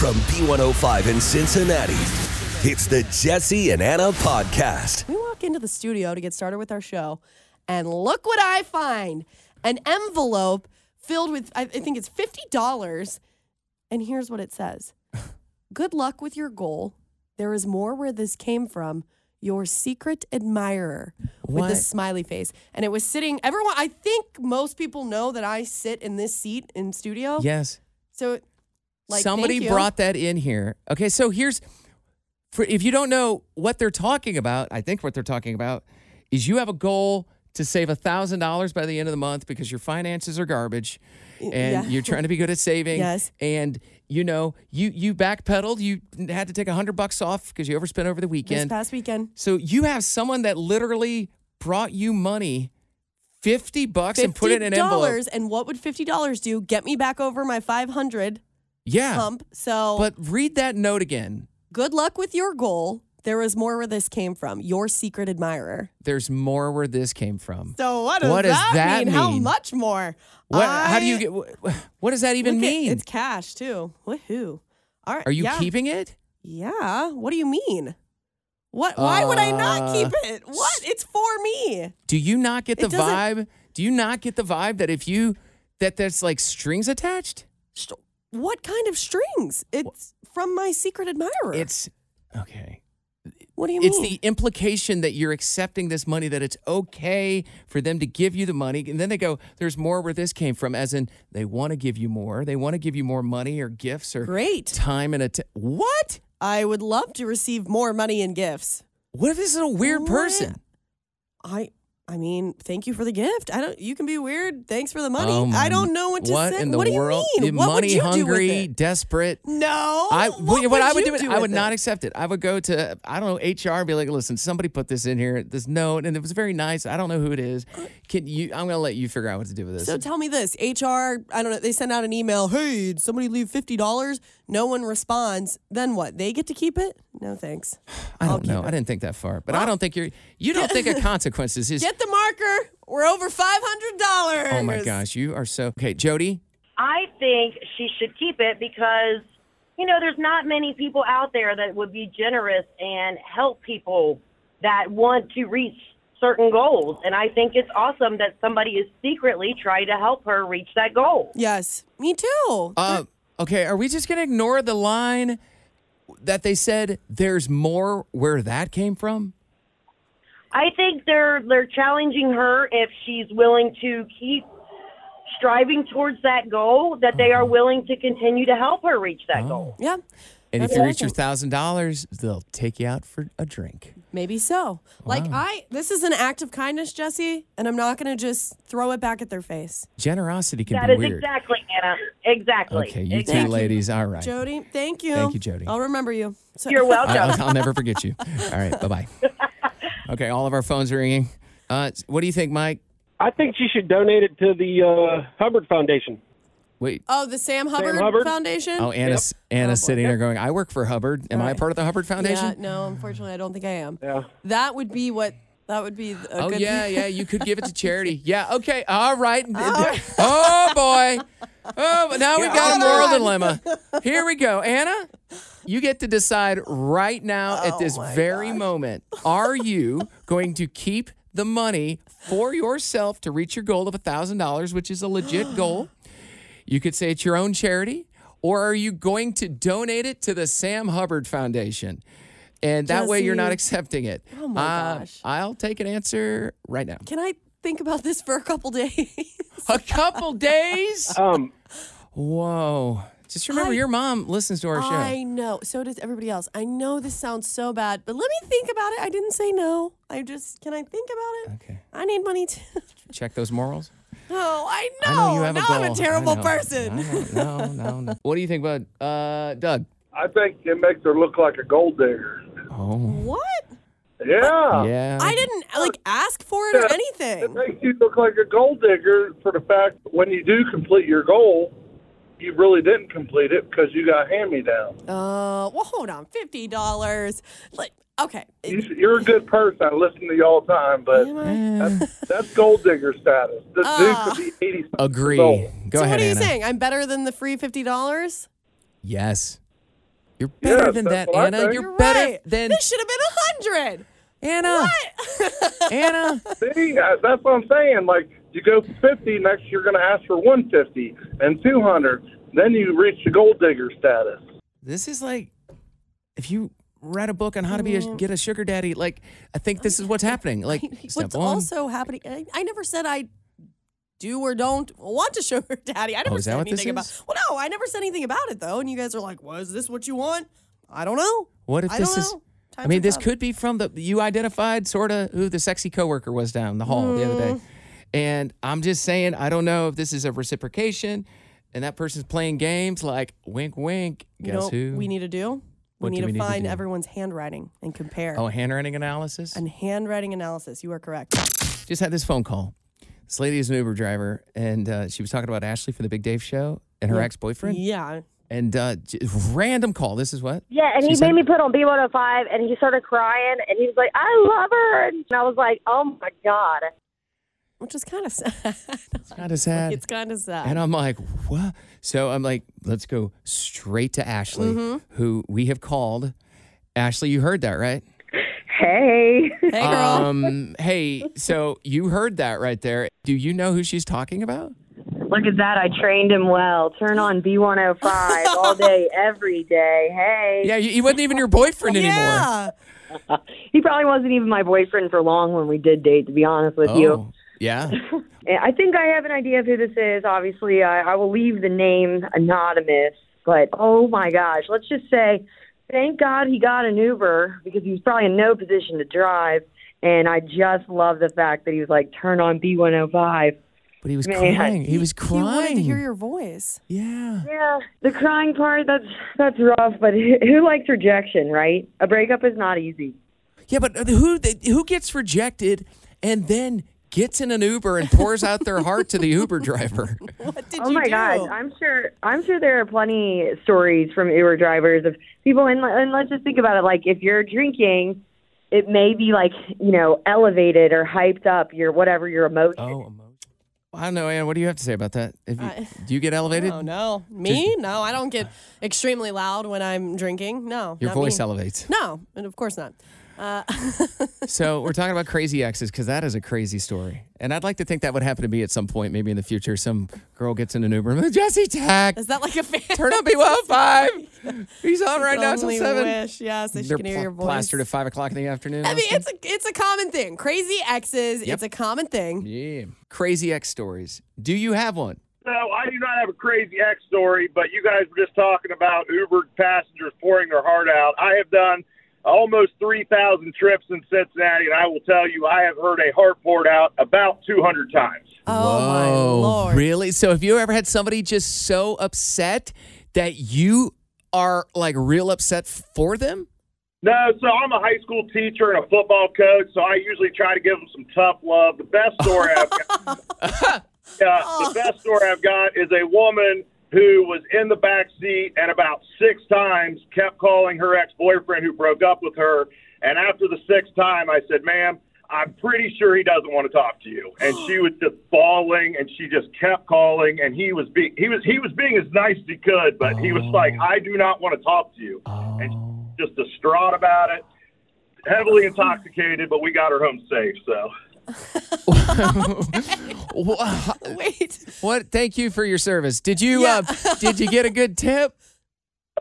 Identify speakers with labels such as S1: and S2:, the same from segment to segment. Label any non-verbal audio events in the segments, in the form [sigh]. S1: From B105 in Cincinnati, it's the Jesse and Anna podcast.
S2: We walk into the studio to get started with our show, and look what I find an envelope filled with, I I think it's $50. And here's what
S3: [laughs]
S2: it says Good luck with your goal. There is more where this came from. Your secret admirer with
S3: What?
S2: this smiley face. And it was sitting, everyone, I think most people know that I sit in this seat in studio.
S3: Yes.
S2: So, like,
S3: Somebody
S2: thank you.
S3: brought that in here. Okay, so here's for if you don't know what they're talking about, I think what they're talking about is you have a goal to save $1,000 by the end of the month because your finances are garbage and
S2: yeah.
S3: you're trying to be good at saving.
S2: Yes.
S3: And you know, you you backpedaled, you had to take 100 bucks off because you overspent over the
S2: this
S3: weekend.
S2: past weekend.
S3: so you have someone that literally brought you money 50 bucks and put it in an envelope.
S2: $50, And what would $50 do? Get me back over my 500
S3: Yeah.
S2: hump. So,
S3: But read that note again.
S2: good luck with your goal. There is more where this came from. Your secret admirer.
S3: there's more where this came from.
S2: So what does,
S3: What does that mean?
S2: How much more?
S3: What, how do you
S2: I-
S3: get? What, [laughs] what does that even
S2: Look at-
S3: mean?
S2: it's cash too. Woohoo! All right.
S3: Are you
S2: yeah.
S3: keeping it?
S2: Yeah. What do you mean? What? Why would I
S3: Uh,
S2: not keep it? What? It's for me.
S3: Do you not get the
S2: It
S3: vibe?
S2: doesn't-
S3: Do you not get the vibe that if you that there's like strings attached?
S2: St- What kind of strings? It's from my secret admirer.
S3: It's okay.
S2: what do you
S3: It's
S2: mean?
S3: the implication that you're accepting this money that it's okay for them to give you the money, and then they go, "There's more where this came from," as in they want to give you more. They want to give you more money or gifts or
S2: Great.
S3: time and att- what?
S2: I would love to receive more money and gifts.
S3: What if this is a weird
S2: What?
S3: person?
S2: I I mean, thank you for the gift. I don't. You can be weird. Thanks for the money.
S3: Oh my-
S2: I don't know what to
S3: what
S2: say.
S3: in the
S2: what do
S3: world?
S2: you mean?
S3: The
S2: what
S3: money
S2: would you
S3: hungry,
S2: do with it?
S3: desperate.
S2: No.
S3: I
S2: what,
S3: what, I would
S2: you
S3: do, it, I would
S2: with
S3: not
S2: it?
S3: accept it. I would go to I don't know HR and be like, listen, somebody put this in here, this note, and it was very nice. I don't know who it is. Can you? I'm gonna let you figure out what to do with this.
S2: Uh, So tell me this: HR, I don't know. They send out an email. Hey, did somebody leave fifty dollars? No one responds. Then what? They get to keep it? No thanks.
S3: I don't know. I didn't think that far, but I don't think you're. You don't think of consequences. Is
S2: [laughs] Get the marker. We're over five hundred dollars.
S3: oh my gosh, you are so okay, Jody.
S4: I think she should keep it because, you know, there's not many people out there that would be generous and help people that want to reach certain goals. And I think it's awesome that somebody is secretly trying to help her reach that goal.
S2: Yes, me too.
S3: Uh, okay, are we just gonna ignore the line that they said? There's more where that came from.
S4: I think they're they're challenging her if she's willing to keep striving towards that goal that they are willing to continue to help her reach
S3: Oh,
S4: that goal.
S2: yeah,
S3: And if
S2: That's
S3: you
S2: what I
S3: reach your
S2: think.
S3: thousand dollars, they'll take you out for a drink.
S2: maybe so. Like I, this is an act of kindness, Jesse, and I'm not going to just throw it back at their face.
S3: Generosity can
S4: That
S3: be
S4: is
S3: weird.
S4: exactly Anna. Exactly.
S3: Okay, you
S4: exactly.
S3: two ladies. All right.
S2: Jody, thank you.
S3: Thank you, Jody.
S2: I'll remember you. So-
S4: You're
S3: [laughs]
S4: welcome.
S3: I, I'll, I'll never forget you. All right. Bye bye. Okay. All of our phones are ringing. Uh, what do you think, Mike?
S5: I think she should donate it to the uh, Hubbard Foundation.
S3: Wait.
S2: [laughs] Oh, the Sam Hubbard,
S5: Hubbard.
S2: Foundation.
S3: Oh, Anna's Anna's sitting there going, "I work for Hubbard. Am I a
S2: Right.
S3: part of the Hubbard
S2: Yeah,
S3: Foundation?"
S2: no, unfortunately, I don't think I am.
S5: Yeah.
S2: That would be what. That would be a
S3: Oh
S2: good.
S3: yeah, yeah. You could give it to
S2: [laughs]
S3: charity. Yeah. Okay. All right. [laughs] Oh boy. Oh, now we've got a moral
S2: [laughs]
S3: dilemma. Here we go, Anna. You get to decide right now at
S2: Oh,
S3: this very moment. Are
S2: [laughs]
S3: you going to keep the money for yourself to reach your goal of thousand dollars, which is a
S2: [gasps]
S3: legit goal? You could say it's your own charity, or are you going to donate it to the Sam Hubbard Foundation? And that way you're not
S2: Jesse.
S3: accepting it.
S2: Oh my
S3: Uh,
S2: gosh.
S3: I'll take an answer right now.
S2: [laughs] Can I think about this for a couple [laughs] days?
S3: A
S2: [laughs]
S3: couple days?
S5: Um,
S3: Whoa. Just remember
S2: I-
S3: your mom listens to our show.
S2: I know. So does everybody else. I know this sounds so bad, but let me think about it. I didn't say no. I just can I think about it?
S3: Okay.
S2: I need money too. [laughs]
S3: Check those morals.
S2: Oh, I know.
S3: I know you have
S2: now
S3: a goal.
S2: I'm a
S3: I
S2: terrible
S3: know.
S2: person.
S3: I know. No, no, no. What do you think, bud? Uh, Doug.
S6: I think it makes her look like a gold digger.
S3: Oh,
S2: What?
S6: Yeah.
S3: yeah.
S2: I didn't
S3: uh,
S2: like ask for it or
S6: It
S2: anything.
S6: makes you look like a gold digger for the fact that when you do complete your goal, you really didn't complete it because you got hand me down.
S2: Uh, well, hold on. Fifty dollars. Like, okay.
S6: You're a good person. I listen to you all the time, but
S2: Am I-
S6: that's, that's gold digger status. This
S2: Ah.
S6: dude could be 80
S3: Agree.
S6: years
S3: Go
S6: old.
S2: so
S3: ahead,
S2: what are you
S3: Anna.
S2: saying? I'm better than the free fifty dollars?
S3: Yes. You're better
S6: Yeah,
S3: than
S6: that's
S3: that,
S6: what I
S3: Anna.
S6: think.
S3: You're,
S2: You're
S3: better
S2: right.
S3: than
S2: This should have been a hundred.
S3: Anna.
S2: [laughs]
S3: Anna.
S6: See, uh, that's what I'm saying. Like, you go for 50, next you're going to ask for 150 and 200. Then you reach the gold digger status.
S3: This is like if you read a book on how to be a, get a sugar daddy. Like I think this is what's
S2: [laughs]
S3: happening. Like step
S2: Mm-hmm. What's
S3: one.
S2: also happening? I, I never said I do or don't want a [laughs] sugar daddy. I never
S3: Oh, is that
S2: said
S3: what this
S2: anything about.
S3: is?
S2: Well, no, I never said anything about it though. And you guys are like, "Was this what you want?" I don't know.
S3: what if
S2: I
S3: this
S2: don't
S3: is?
S2: know.
S3: I
S2: Times
S3: mean,
S2: are
S3: this
S2: tough.
S3: could be from the you identified sort of who the sexy coworker was down the hall the other
S2: Mm.
S3: day, and I'm just saying I don't know if this is a reciprocation, and that person's playing games like wink wink.
S2: You
S3: Guess
S2: know what
S3: who?
S2: we need to do?
S3: What do
S2: we need
S3: we
S2: to
S3: need to
S2: find
S3: do?
S2: everyone's handwriting and compare.
S3: oh handwriting analysis.
S2: And handwriting analysis. You are correct.
S3: just had this phone call. This lady is an Uber driver, and uh, she was talking about Ashley from the Big Dave Show and her ex boyfriend.
S2: Yeah.
S3: And uh, j- random call. This is what?
S4: Yeah, and
S3: She
S4: he
S3: said-
S4: made me put on B105, and he started crying, and he was like, I love her. And I was like, oh my God.
S2: Which is kind of [laughs] sad.
S3: It's kind of sad.
S2: it's kind of sad.
S3: and I'm like, what? So I'm like, let's go straight to Ashley,
S2: Mm-hmm.
S3: who we have called. Ashley, you heard that, right?
S4: Hey.
S2: hey, girl.
S3: Um, hey, so you heard that right there. Do you know who she's talking about?
S4: [laughs] Look at that. I trained him well. Turn
S3: [laughs]
S4: on B105 all day, every day. Hey.
S3: Yeah, he he wasn't even your boyfriend anymore.
S2: yeah.
S4: He probably wasn't even my boyfriend for long when we did date, to be honest with you.
S3: Oh, yeah.
S4: And I think I have an idea of who this is. Obviously, I, I will leave the name anonymous, but oh my gosh, let's just say thank God he got an Uber because he was probably in no position to drive. And I just love the fact that he was like, turn on B105.
S3: But he was
S4: Man.
S3: crying. He was
S2: He wanted
S3: crying.
S2: to hear your voice.
S3: yeah.
S4: Yeah, the crying part, that's, that's rough, but [laughs] who who likes rejection, right? A breakup is not easy.
S3: Yeah, but uh, who who gets rejected and then gets in an Uber and pours out their heart to the Uber
S2: [laughs]
S3: driver?
S2: What did
S4: Oh
S2: you
S4: my
S2: do?
S4: God! I'm sure. I'm sure there are plenty stories from Uber drivers of people, and, and let's just think about it. Like, if you're drinking, it may be like you know elevated or hyped up your whatever your emotion.
S3: emotion. I don't know, Ann. What do you have to say about that? If you,
S2: [laughs] I-
S3: do you get elevated?
S2: Oh no, me? No, I don't get extremely loud when I'm drinking. No,
S3: Your
S2: not
S3: voice
S2: me. [laughs]
S3: elevates.
S2: No, and of course not. Uh,
S3: so we're talking about crazy exes because that is a crazy story, and I'd like to think that would happen to me at some point, maybe in the future. Some girl gets in an Uber. and, Jesse Tack,
S2: is that like a fan?
S3: turn
S2: [laughs]
S3: up B105. He's on right now till
S2: Only
S3: seven.
S2: Wish. Yes, they
S3: They're
S2: can hear your
S3: pl-
S2: voice.
S3: plastered at five o'clock in the afternoon.
S2: I mean,
S3: Austin.
S2: it's a it's a common thing. Crazy exes. It's a common thing.
S3: yeah, crazy ex stories. Do you have one?
S6: No, I do not have a crazy X story, but you guys were just talking about Uber passengers pouring their heart out. I have done almost 3,000 trips in Cincinnati, and I will tell you, I have heard a heart poured out about 200 times.
S2: Oh my
S3: Whoa,
S2: lord.
S3: Really? So have you ever had somebody just so upset that you are like real upset for them?
S6: No, so I'm a high school teacher and a football coach, so I usually try to give them some tough love. The best story I've got, yeah, the best story I've got is a woman who was in the back seat and about six times kept calling her ex-boyfriend who broke up with her. And after the sixth time, I said, "Ma'am, I'm pretty sure he doesn't want to talk to you." And she was just bawling, and she just kept calling, and he was being he was he was being as nice as he could, but he was like, "I do not want to talk to you." And she was just distraught about it, heavily intoxicated, but we got her home safe. So.
S3: Wha- [laughs]
S2: [laughs] Wait.
S3: What? Thank you for your service. Did you
S2: Yeah.
S3: uh, did you get a good
S6: [laughs]
S3: tip?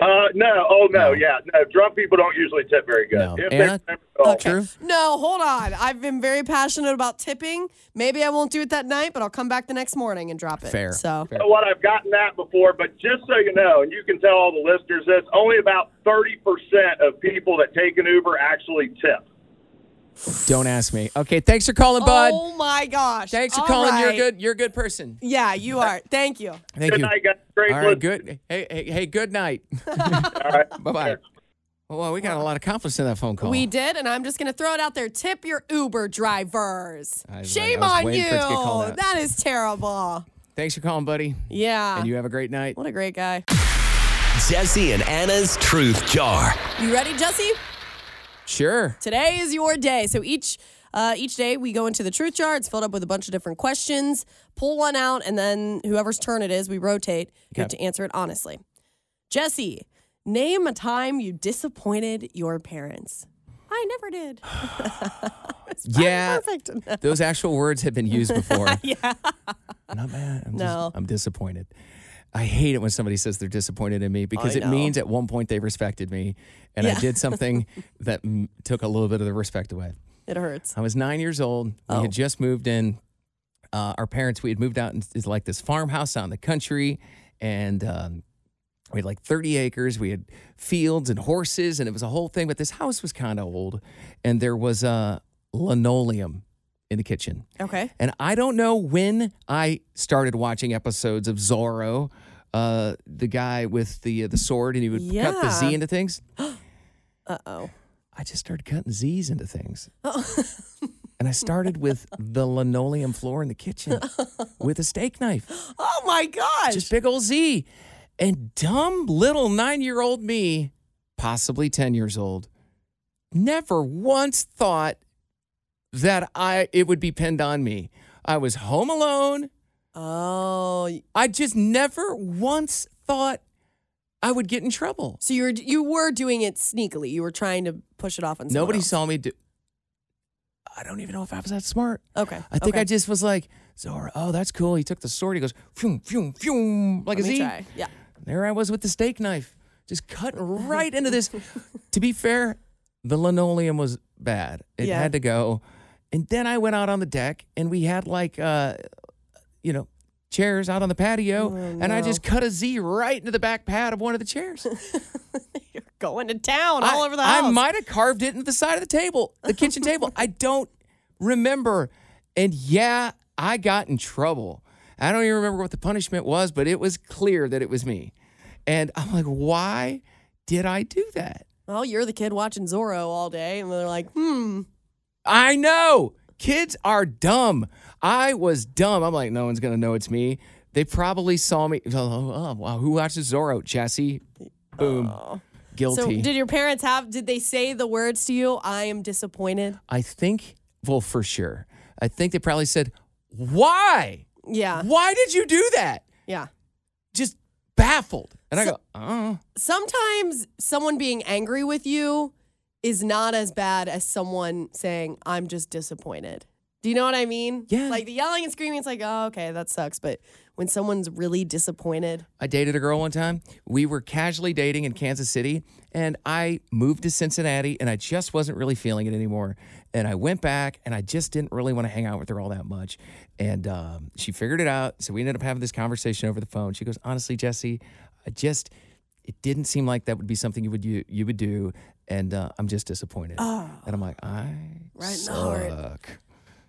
S6: Uh, no. Oh, no. Yeah. No. Drunk people don't usually tip very good.
S3: No.
S6: If oh.
S3: Anna?
S6: they remember at all.
S3: True.
S2: No, hold on. I've been very passionate about tipping. Maybe I won't do it that night, but I'll come back the next morning and drop it.
S3: Fair.
S2: So
S6: You know what? I've gotten that before, but just so you know, and you can tell all the listeners this, only about 30% of people that take an Uber actually tip.
S3: Don't ask me. Okay, thanks for calling, bud.
S2: Oh my gosh.
S3: thanks for
S2: All
S3: calling. You're a
S2: right.
S3: good. You're a good person.
S2: Yeah, you are. Thank you.
S3: Thank
S6: Good
S3: you.
S6: night, guys. Great
S3: All right,
S6: listen.
S3: good. Hey, hey, hey good night. [laughs]
S6: All right.
S3: Bye bye. Well, we got a lot accomplished in that phone call.
S2: We did, and I'm just going to throw it out there. Tip your Uber drivers.
S3: I was
S2: Shame
S3: like- I was
S2: on you.
S3: waiting for it to get called out.
S2: That is terrible.
S3: Thanks for calling, buddy.
S2: Yeah.
S3: And you have a great night.
S2: what a great guy.
S1: Jesse and Anna's Truth Jar.
S2: You ready, Jesse?
S3: Sure.
S2: Today is your day. So each uh, each day we go into the truth jar. It's filled up with a bunch of different questions. Pull one out, and then whoever's turn it is, we rotate. You have
S3: Okay.
S2: to answer it honestly. Jesse, name a time you disappointed your parents. I never did. [sighs] [laughs] It's probably
S3: Yeah.
S2: Perfect.
S3: Those actual words have been used before.
S2: [laughs]
S3: yeah. Not mad. I'm
S2: No.
S3: Just, I'm disappointed. I hate it when somebody says they're disappointed in me because
S2: I
S3: it
S2: know.
S3: means at one point they respected me and I did
S2: [laughs]
S3: something that mm, took a little bit of the respect away.
S2: It hurts.
S3: I was nine years old.
S2: Oh.
S3: We had just moved in. Uh, our parents, we had moved out into like this farmhouse out in the country, and um, we had like 30 acres. We had fields and horses, and it was a whole thing. But this house was kind of old, and there was uh, linoleum in the kitchen.
S2: Okay.
S3: And I don't know when I started watching episodes of Zorro, uh, the guy with the the sword, and he would cut the
S2: Yeah.
S3: Z into things.
S2: Uh oh.
S3: I just started cutting Z's into things. and I started with the linoleum floor in the kitchen with a steak knife,
S2: Oh my gosh.
S3: just big old Z. And dumb little nine year old me, possibly 10 years old, never once thought that I it would be pinned on me. I was home alone.
S2: oh.
S3: I just never once thought I would get in trouble.
S2: So you were you were doing it sneakily. You were trying to push it off on someone
S3: Nobody
S2: else.
S3: saw me do. I don't even know if I was that smart.
S2: Okay.
S3: I think
S2: okay.
S3: I just was like, Zora, oh, that's cool. He took the sword. He goes, phew, phew, phew, like
S2: Let
S3: a
S2: me
S3: Z.
S2: try. Yeah.
S3: There I was with the steak knife, just cutting right into this. to be fair, the linoleum was bad. It
S2: Yeah.
S3: had to go. And then I went out on the deck and we had like, uh, you know, chairs out on the patio. And I just cut a Z right into the back pad of one of the chairs.
S2: [laughs] You're going to town all
S3: I-
S2: over the house.
S3: I might have carved it into the side of the table, the kitchen table. I don't remember. And yeah, I got in trouble. I don't even remember what the punishment was, but it was clear that it was me. And I'm like, why did I do that?
S2: Well, you're the kid watching Zorro all day, and they're like, hmm.
S3: I know kids are dumb. I was dumb. I'm like, no one's gonna know it's me. They probably saw me. [laughs] Oh, oh, wow, who watches Zorro? Jesse. Boom. Guilty.
S2: Oh. So, did your parents have? Did they say the words to you? I am disappointed.
S3: I think, well, for sure. I think they probably said, Why?
S2: Yeah,
S3: Why did you do that?
S2: yeah.
S3: Just baffled. And I go, Oh,
S2: Sometimes someone being angry with you is not as bad as someone saying, "I'm just disappointed." Do you know what I mean?
S3: Yeah.
S2: Like the yelling and screaming, it's like, oh, okay, that sucks. But when someone's really disappointed,
S3: I dated a girl one time. We were casually dating in Kansas City, and I moved to Cincinnati, and I just wasn't really feeling it anymore. And I went back, and I just didn't really want to hang out with her all that much. And um, she figured it out, so we ended up having this conversation over the phone. She goes, "Honestly, Jesse, I just it didn't seem like that would be something you would you, you would do, and uh, I'm just disappointed." And I'm like, I
S2: Right in the heart.
S3: suck.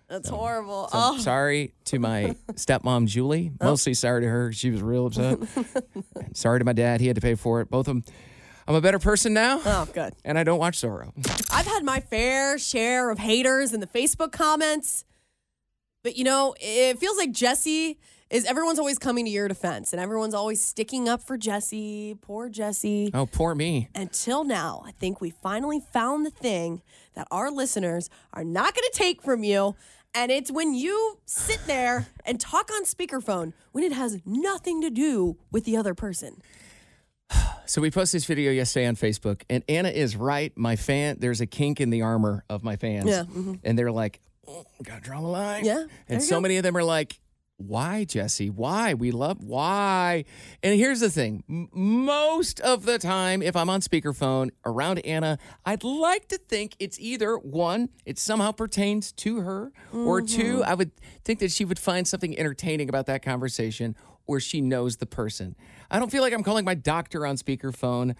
S2: that's horrible.
S3: So
S2: oh,
S3: sorry to my stepmom Julie. Mostly sorry to her. She was real upset. And sorry to my dad. He had to pay for it. Both of them. I'm a better person now,
S2: oh, good.
S3: and I don't watch Zorro.
S2: I've had my fair share of haters in the Facebook comments. But you know, it feels like Jesse is everyone's always coming to your defense and everyone's always sticking up for Jesse. Poor Jesse.
S3: Oh, poor me.
S2: Until now, I think we finally found the thing that our listeners are not going to take from you. And it's when you sit there and talk on speakerphone when it has nothing to do with the other person.
S3: So we posted this video yesterday on Facebook, and Anna is right. My fan, there's a kink in the armor of my fans.
S2: Yeah, mm-hmm.
S3: And they're like, oh, gotta draw the line.
S2: Yeah, there
S3: And
S2: you
S3: so
S2: go.
S3: many of them are like, why, Jesse? Why? We love why. And here's the thing M- most of the time, if I'm on speakerphone around Anna, I'd like to think it's either one, it somehow pertains to her, or two,
S2: Mm-hmm.
S3: I would think that she would find something entertaining about that conversation, or she knows the person. I don't feel like I'm calling my doctor on speakerphone.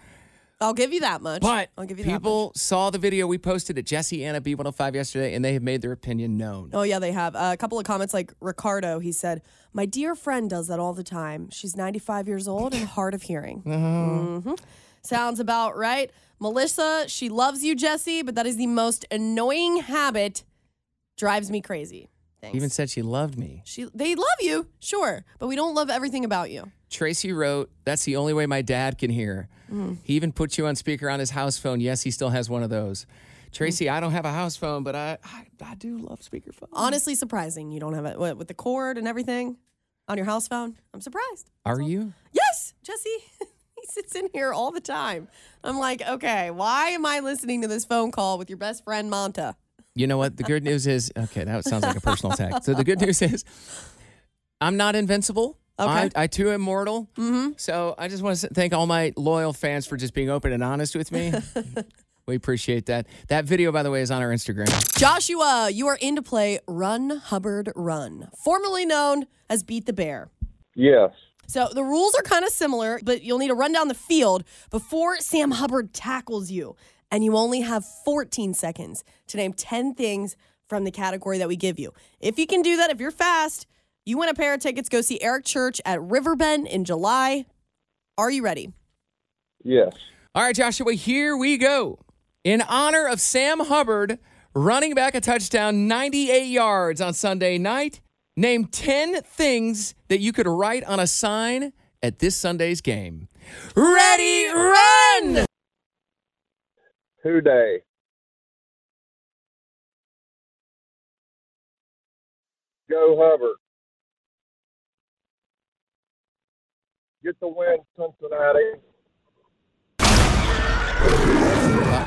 S2: I'll give you that much.
S3: But
S2: I'll give you
S3: people saw the video we posted at Jesse Anna B105 yesterday, and they have made their opinion known.
S2: that much. Oh yeah, they have uh, a couple of comments. Like Ricardo, he said, "My dear friend does that all the time. She's 95 years old and hard of hearing." Mhm. Sounds about right. Melissa, she loves you, Jesse, but that is the most annoying habit. Drives me crazy. Thanks.
S3: Even said she loved me.
S2: She, they love you, sure, but we don't love everything about you.
S3: Tracy wrote, "That's the only way my dad can hear." He even put you on speaker on his house phone. Yes, he still has one of those. Tracy, I don't have a house phone, but I I, I do love speakerphone.
S2: Honestly, surprising. You don't have it what, with the cord and everything on your house phone. I'm surprised.
S3: Are you?
S2: Yes, Jesse. [laughs] he sits in here all the time. I'm like, okay, why am I listening to this phone call with your best friend Monta?
S3: You know what? The good news is, okay, that sounds like a personal attack. So the good news is, I'm not invincible. I, I too am mortal. Mm-hmm. So I just want to thank all my loyal fans for just being open and honest with me. we appreciate that. That video, by the way, is on our Instagram.
S2: Joshua, you are in to play Run Hubbard Run, formerly known as Beat the Bear.
S5: Yes.
S2: So the rules are kind of similar, but you'll need to run down the field before Sam Hubbard tackles you. And you only have 14 seconds to name 10 things from the category that we give you. If you can do that, if you're fast, you win a pair of tickets. Go see Eric Church at Riverbend in July. Are you ready?
S5: Yes.
S3: All right, Joshua, here we go. In honor of Sam Hubbard running back a touchdown 98 yards on Sunday night, name 10 things that you could write on a sign at this Sunday's game. Ready, run!
S5: Who day? Go Hubbard. Get the win, Cincinnati.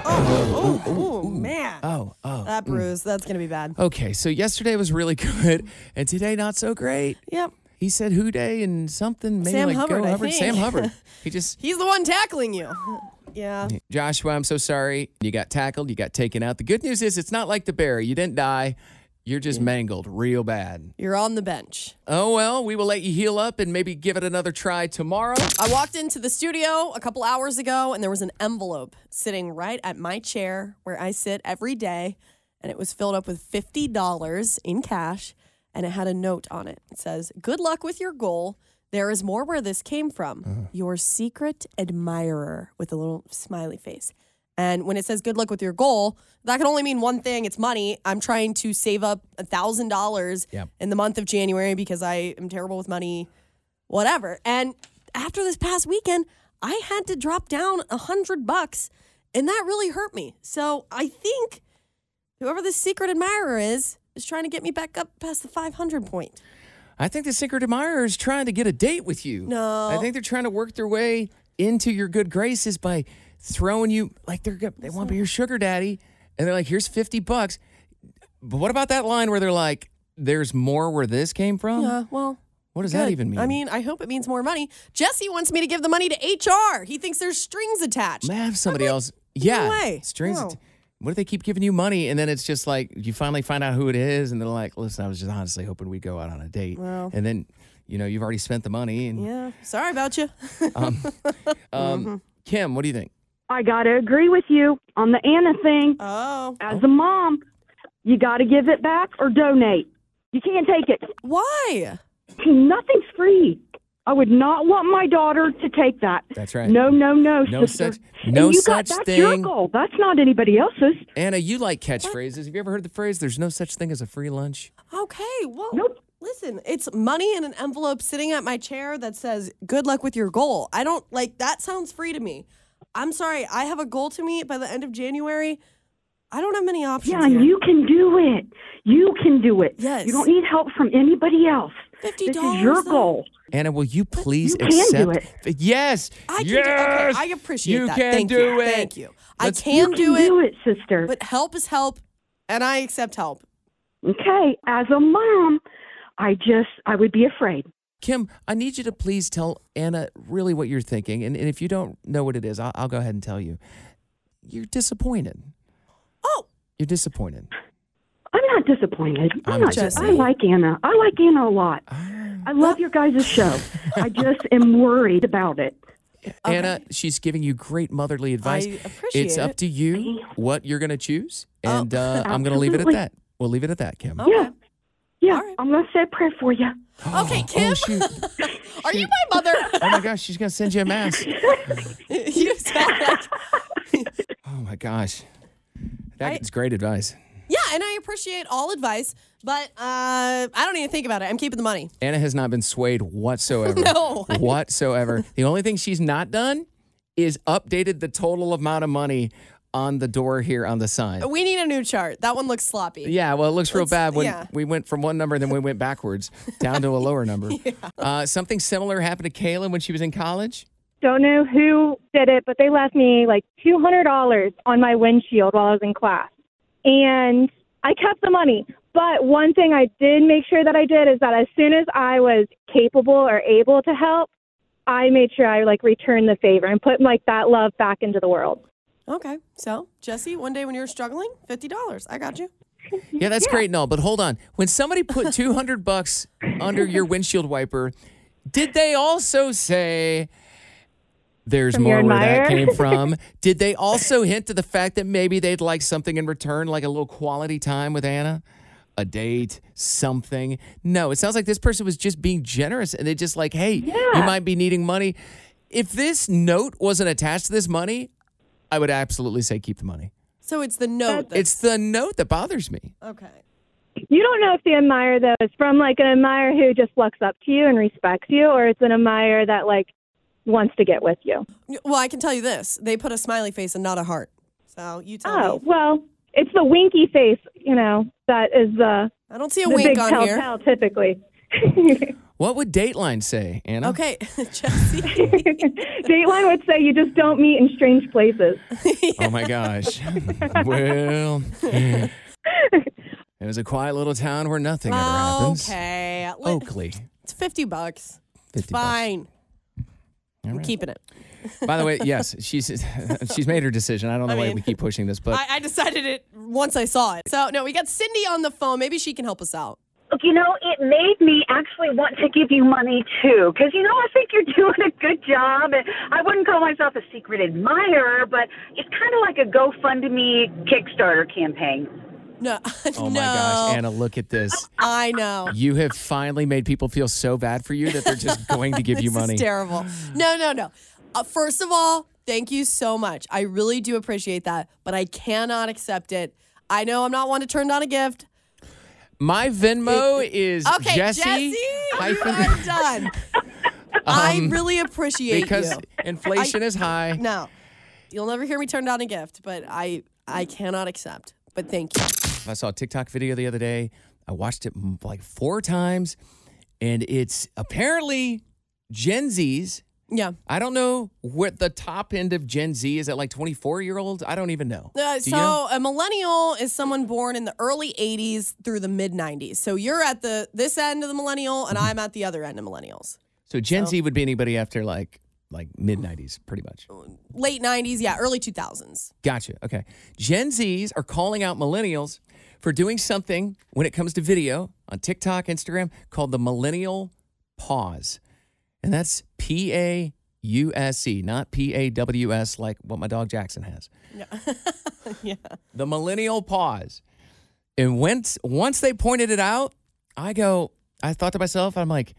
S2: Oh, oh, man.
S3: Oh, oh.
S2: That bruise, that's going to be bad.
S3: Okay, so yesterday was really [laughs] good, and today not so great.
S2: Yep.
S3: He said who day and something, maybe
S2: Sam
S3: like
S2: Hubbard,
S3: go
S2: I
S3: Hubbard.
S2: think.
S3: Sam
S2: [laughs]
S3: Hubbard. He just
S2: He's the one tackling you. [laughs] Yeah.
S3: Joshua, I'm so sorry. You got tackled. You got taken out. The good news is it's not like the bear. You didn't die. You're just mangled real bad.
S2: You're on the bench.
S3: Oh, well, we will let you heal up and maybe give it another try tomorrow.
S2: I walked into the studio a couple hours ago and there was an envelope sitting right at my chair where I sit every day. And it was filled up with $50 in cash and it had a note on it. It says, Good luck with your goal. There is more where this came from. Your secret admirer with a little smiley face. And when it says good luck with your goal, that can only mean one thing. It's money. I'm trying to save up $1,000
S3: Yeah.
S2: in the month of January because I am terrible with money whatever. And after this past weekend, I had to drop down a hundred bucks, and that really hurt me. So I think whoever the secret admirer is is trying to get me back up past the five hundred point.
S3: I think the secret admirer is trying to get a date with you.
S2: No.
S3: I think they're trying to work their way into your good graces by throwing you, like, they're go- they want to be your sugar daddy. And they're like, here's 50 bucks. But what about that line where they're like, there's more where this came from?
S2: Uh, well.
S3: What does that
S2: good.
S3: even mean?
S2: I mean, I hope it means more money. Jesse wants me to give the money to HR. He thinks there's strings attached.
S3: May I have somebody else. Yeah.
S2: way.
S3: Strings.
S2: No.
S3: att- What if they keep giving you money and then it's just like you finally find out who it is and they're like, listen, I was just honestly hoping we'd go out on a date.
S2: Well.
S3: And then, you know, you've already spent the money. And
S2: Yeah, Mm-hmm. sorry about you.
S3: um, Kim, what do you think?
S7: I got to agree with you on the Anna thing.
S2: oh,
S7: As a mom, you got to give it back or donate. You can't take it.
S2: why?
S7: Nothing's free. I would not want my daughter to take that.
S3: That's right.
S7: No, no, no,
S3: No
S7: sister.
S3: such-
S7: And
S3: no
S7: you got,
S3: such
S7: that's Your
S3: thing.
S7: goal. That's not anybody else's.
S3: Anna, you like catchphrases. Have you ever heard the phrase, there's no such thing as a free lunch?
S2: Okay, well,
S7: Nope.
S2: listen, it's money in an envelope sitting at my chair that says, good luck with your goal. I don't like that sounds free to me. I'm sorry, I have a goal to meet by the end of January. I don't have many options.
S7: Yeah,
S2: here.
S7: and you can do it. You can do it.
S2: Yes.
S7: You don't need help from anybody else.
S2: $50
S7: This is your
S2: though.
S7: goal.
S3: Anna, will you please
S7: you can do
S3: accept?
S7: it.
S3: Yes.
S2: I can do-
S3: yes.
S2: okay, I appreciate
S3: you
S2: that.
S3: Can
S2: Thank
S3: do
S2: you.
S3: It.
S2: Thank you. I
S3: Let's-
S2: can
S7: you
S2: do
S7: can
S2: it,
S7: do it, sister.
S2: but help is help, and I accept help.
S7: okay, as a mom, I just I would be afraid.
S3: Kim, I need you to please tell Anna really what you're thinking. And, and if you don't know what it is, I'll, I'll go ahead and tell you. You're disappointed.
S2: Oh,
S3: You're disappointed.
S7: I'm not disappointed. I'm,
S3: I'm
S7: not
S3: just-
S7: just. I like Anna. I like Anna a lot. I love your guys' show. I just am worried about it.
S3: Anna, she's giving you great motherly advice.
S2: appreciate
S3: it's up
S2: it. Oh.
S3: to you what you're going to choose, and uh, I'm going to leave it at
S7: absolutely.
S3: that. We'll leave it at that, Kim.
S2: Okay.
S7: Yeah,
S2: right.
S7: I'm gonna say a prayer for you.
S2: [gasps] Okay,
S3: Oh,
S2: Kim.
S3: shoot.
S2: [laughs] Are you my mother?
S7: [laughs]
S2: [laughs]
S3: Oh my gosh, she's going to send you a mask.
S2: you sound like
S3: Oh my gosh.
S2: I-
S3: That's great advice.
S2: Yeah, and I appreciate all advice, but uh, I don't even think about it. I'm keeping the money.
S3: Anna has not been swayed whatsoever.
S2: [laughs] No.
S3: Whatsoever. the only thing she's not done is updated the total amount of money on the door here on the sign.
S2: We need a new chart. That one looks sloppy.
S3: Yeah, well, it looks real
S2: Let's-
S3: bad when
S2: yeah.
S3: we went from one number and then we went backwards down to a lower
S2: [laughs]
S3: number. uh, something similar happened to Kaylin when she was in college.
S7: Don't know who did it, but they left me like two hundred dollars on my windshield while I was in class, and I kept the money. But one thing I did make sure that I did is that as soon as I was capable or able to help, I made sure I like returned the favor and put like that love back into the world.
S2: Okay. So, Jesse, one day when you're struggling, $50. I got you.
S3: Yeah, that's great and all, but hold on. When somebody put 200 bucks under your windshield wiper, did they also say there's
S7: From your
S3: more where that
S7: admirer?
S3: came
S7: [laughs]
S3: from? did they also hint to the fact that maybe they'd like something in return, like a little quality time with Anna? A date, something. No, it sounds like this person was just being generous and they just like, hey, you might be needing money. If this note wasn't attached to this money, I would absolutely say keep the money.
S2: So it's the note. That's,
S3: It's the note that bothers me.
S2: okay.
S7: You don't know if the admirer though is from like an admirer who just looks up to you and respects you, or it's an admirer that like wants to get with you.
S2: Well, I can tell you this. They put a smiley face and not a heart. So you tell
S7: Oh
S2: me.
S7: well, it's the winky face, you know, that is the
S2: I don't see a
S7: the
S2: wink
S7: big
S2: on here.
S7: telltale typically. [laughs]
S3: What would Dateline say, Anna?
S2: Okay,
S7: [laughs]
S2: [laughs] Jesse.
S7: Dateline would say you just don't meet in strange places.
S3: Oh my
S2: [laughs]
S3: gosh. well, it was a quiet little town where nothing ever happens.
S2: Oh, okay. Li-
S3: Oakley.
S2: It's 50 bucks.
S3: 50 bucks.
S2: Fine. I'm
S3: right.
S2: keeping it.
S3: By
S2: [laughs]
S3: the way, yes, she's [laughs] she's made her decision. I don't know
S2: I
S3: why
S2: mean-
S3: we keep pushing this, but
S2: I, I decided it once I saw it. So, no, we got Cindy on the phone. Maybe she can help us out.
S8: Look, you know, it made me actually want to give you money too, because you know I think you're [laughs] doing a good job. And I wouldn't call myself a secret admirer, but it's kind of like a GoFundMe Kickstarter campaign.
S2: No. [laughs]
S3: oh
S2: no.
S3: my gosh, Anna, look at this.
S2: I know.
S3: You have finally made people feel so bad for you that they're just going to
S2: [laughs]
S3: give you
S2: This is
S3: money. [gasps]
S2: terrible. No, no, no. Uh, first of all, thank you so much. I really do appreciate that, but I cannot accept it. I know I'm not one to turn down a gift.
S3: My Venmo is
S2: Okay, Jesse, you
S3: hyphen- [laughs]
S2: are done. I
S3: Um,
S2: really appreciate
S3: because
S2: you.
S3: inflation is high.
S2: No, you'll never hear me turn down a gift, but I I cannot accept. But thank you.
S3: I saw a TikTok video the other day. I watched it m- like four times, and it's apparently Gen Z's.
S2: Yeah.
S3: I don't know what the top end of Gen Z is at like 24 year olds. I don't even know.
S2: Uh,
S3: Do
S2: so
S3: you know?
S2: a millennial is someone born in the early 80s through the mid 90s. So you're at the this end of the millennial
S3: Mm-hmm.
S2: and I'm at the other end of millennials.
S3: so Gen Z would be anybody after like like mid 90s, pretty much.
S2: Late 90s, yeah, early 2000s.
S3: Gotcha. Okay. Gen Zs are calling out millennials for doing something when it comes to video on TikTok, Instagram, called the millennial pause. And that's P A U S E, not P A W S, like what my dog Jackson has. The millennial pause. And once once they pointed it out, I go, I thought to myself, I'm like,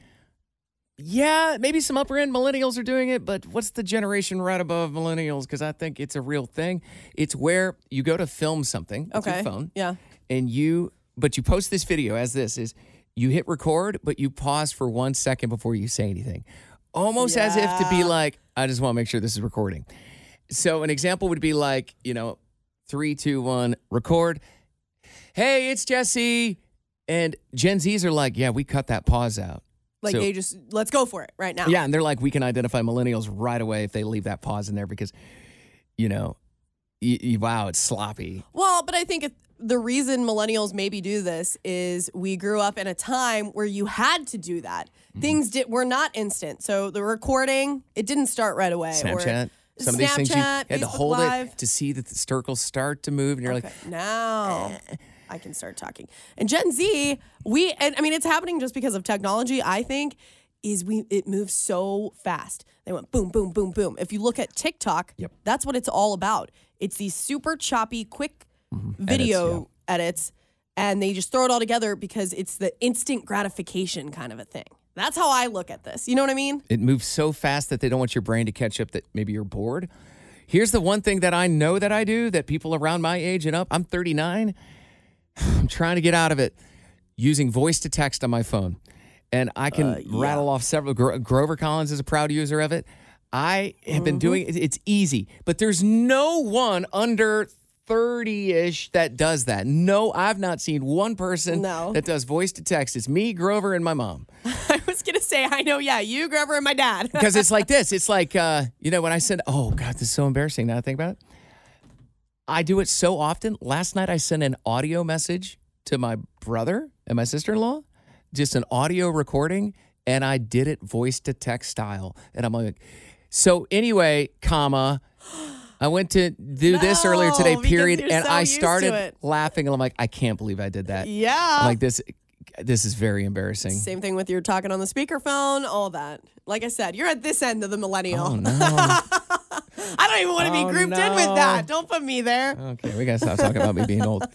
S3: yeah, maybe some upper end millennials are doing it, but what's the generation right above millennials? Because I think it's a real thing. It's where you go to film something with
S2: Okay.
S3: your phone,
S2: Yeah.
S3: and you but you post this video as this is you hit record, but you pause for one second before you say anything, almost as if to be like, I just want to make sure this is recording. So an example would be like, you know, three, two, one, record. Hey, it's Jesse. And Gen Zs are like, yeah, we cut that pause out.
S2: Like
S3: So-
S2: they just let's go for it right now.
S3: Yeah, and they're like, we can identify millennials right away if they leave that pause in there because, you know, y- y- wow, it's sloppy.
S2: Well, but I think it, the reason millennials maybe do this is we grew up in a time where you had to do that.
S3: Mm-hmm.
S2: Things did were not instant. So the recording, it didn't start right away. or-
S3: Snapchat. Some of these things you
S2: Snapchat,
S3: had to
S2: Facebook
S3: hold
S2: Live.
S3: it to see that the circles start to move, and you're
S2: Okay, now
S9: Eh.
S2: I can start talking. And Gen Z, we and I mean it's happening just because of technology, I think. is we it moves so fast. They went boom, boom, boom, boom. If you look at TikTok,
S9: Yep.
S2: that's what it's all about. It's these super choppy, quick
S9: Mm-hmm. Edits,
S2: video edits, and they just throw it all together because it's the instant gratification kind of a thing. That's how I look at this. You know what I mean? [laughs]
S3: It moves so fast that they don't want your brain to catch up that maybe you're bored. Here's the one thing that I know that I do that people around my age and up, I'm 39, [sighs] I'm trying to get out of it using voice to text on my phone. And I can rattle off several. Gro- Grover Collins is a proud user of it. I have been doing it. It's easy, but there's no one under 30 ish that does that. No, I've not seen one person
S2: No.
S3: that does voice to text. It's me, Grover, and my mom
S2: I was gonna say, I know, yeah, you, Grover, and my dad. [laughs]
S3: because it's like this. It's like uh, you know when I send. Oh God, this is so embarrassing. Now that I think about it. I do it so often. Last night I sent an audio message to my brother and my sister in law, just an audio recording, and I did it voice to text style. And I'm like, so anyway, comma. I went to do this earlier
S2: No,
S3: today,
S2: because
S3: period,
S2: you're
S3: and
S2: so
S3: I
S2: used to
S3: started
S2: it.
S3: laughing, and I'm like, I can't believe I did that.
S2: yeah.
S3: I'm like this, this is very embarrassing.
S2: Same thing with your talking on the speakerphone, all that. Like I said, you're at this end of the millennial.
S3: Oh no.
S2: [laughs] I don't even want to
S3: Oh,
S2: be grouped in with
S3: no.
S2: that. Don't put me there.
S3: Okay, we gotta stop talking about me being old. [laughs]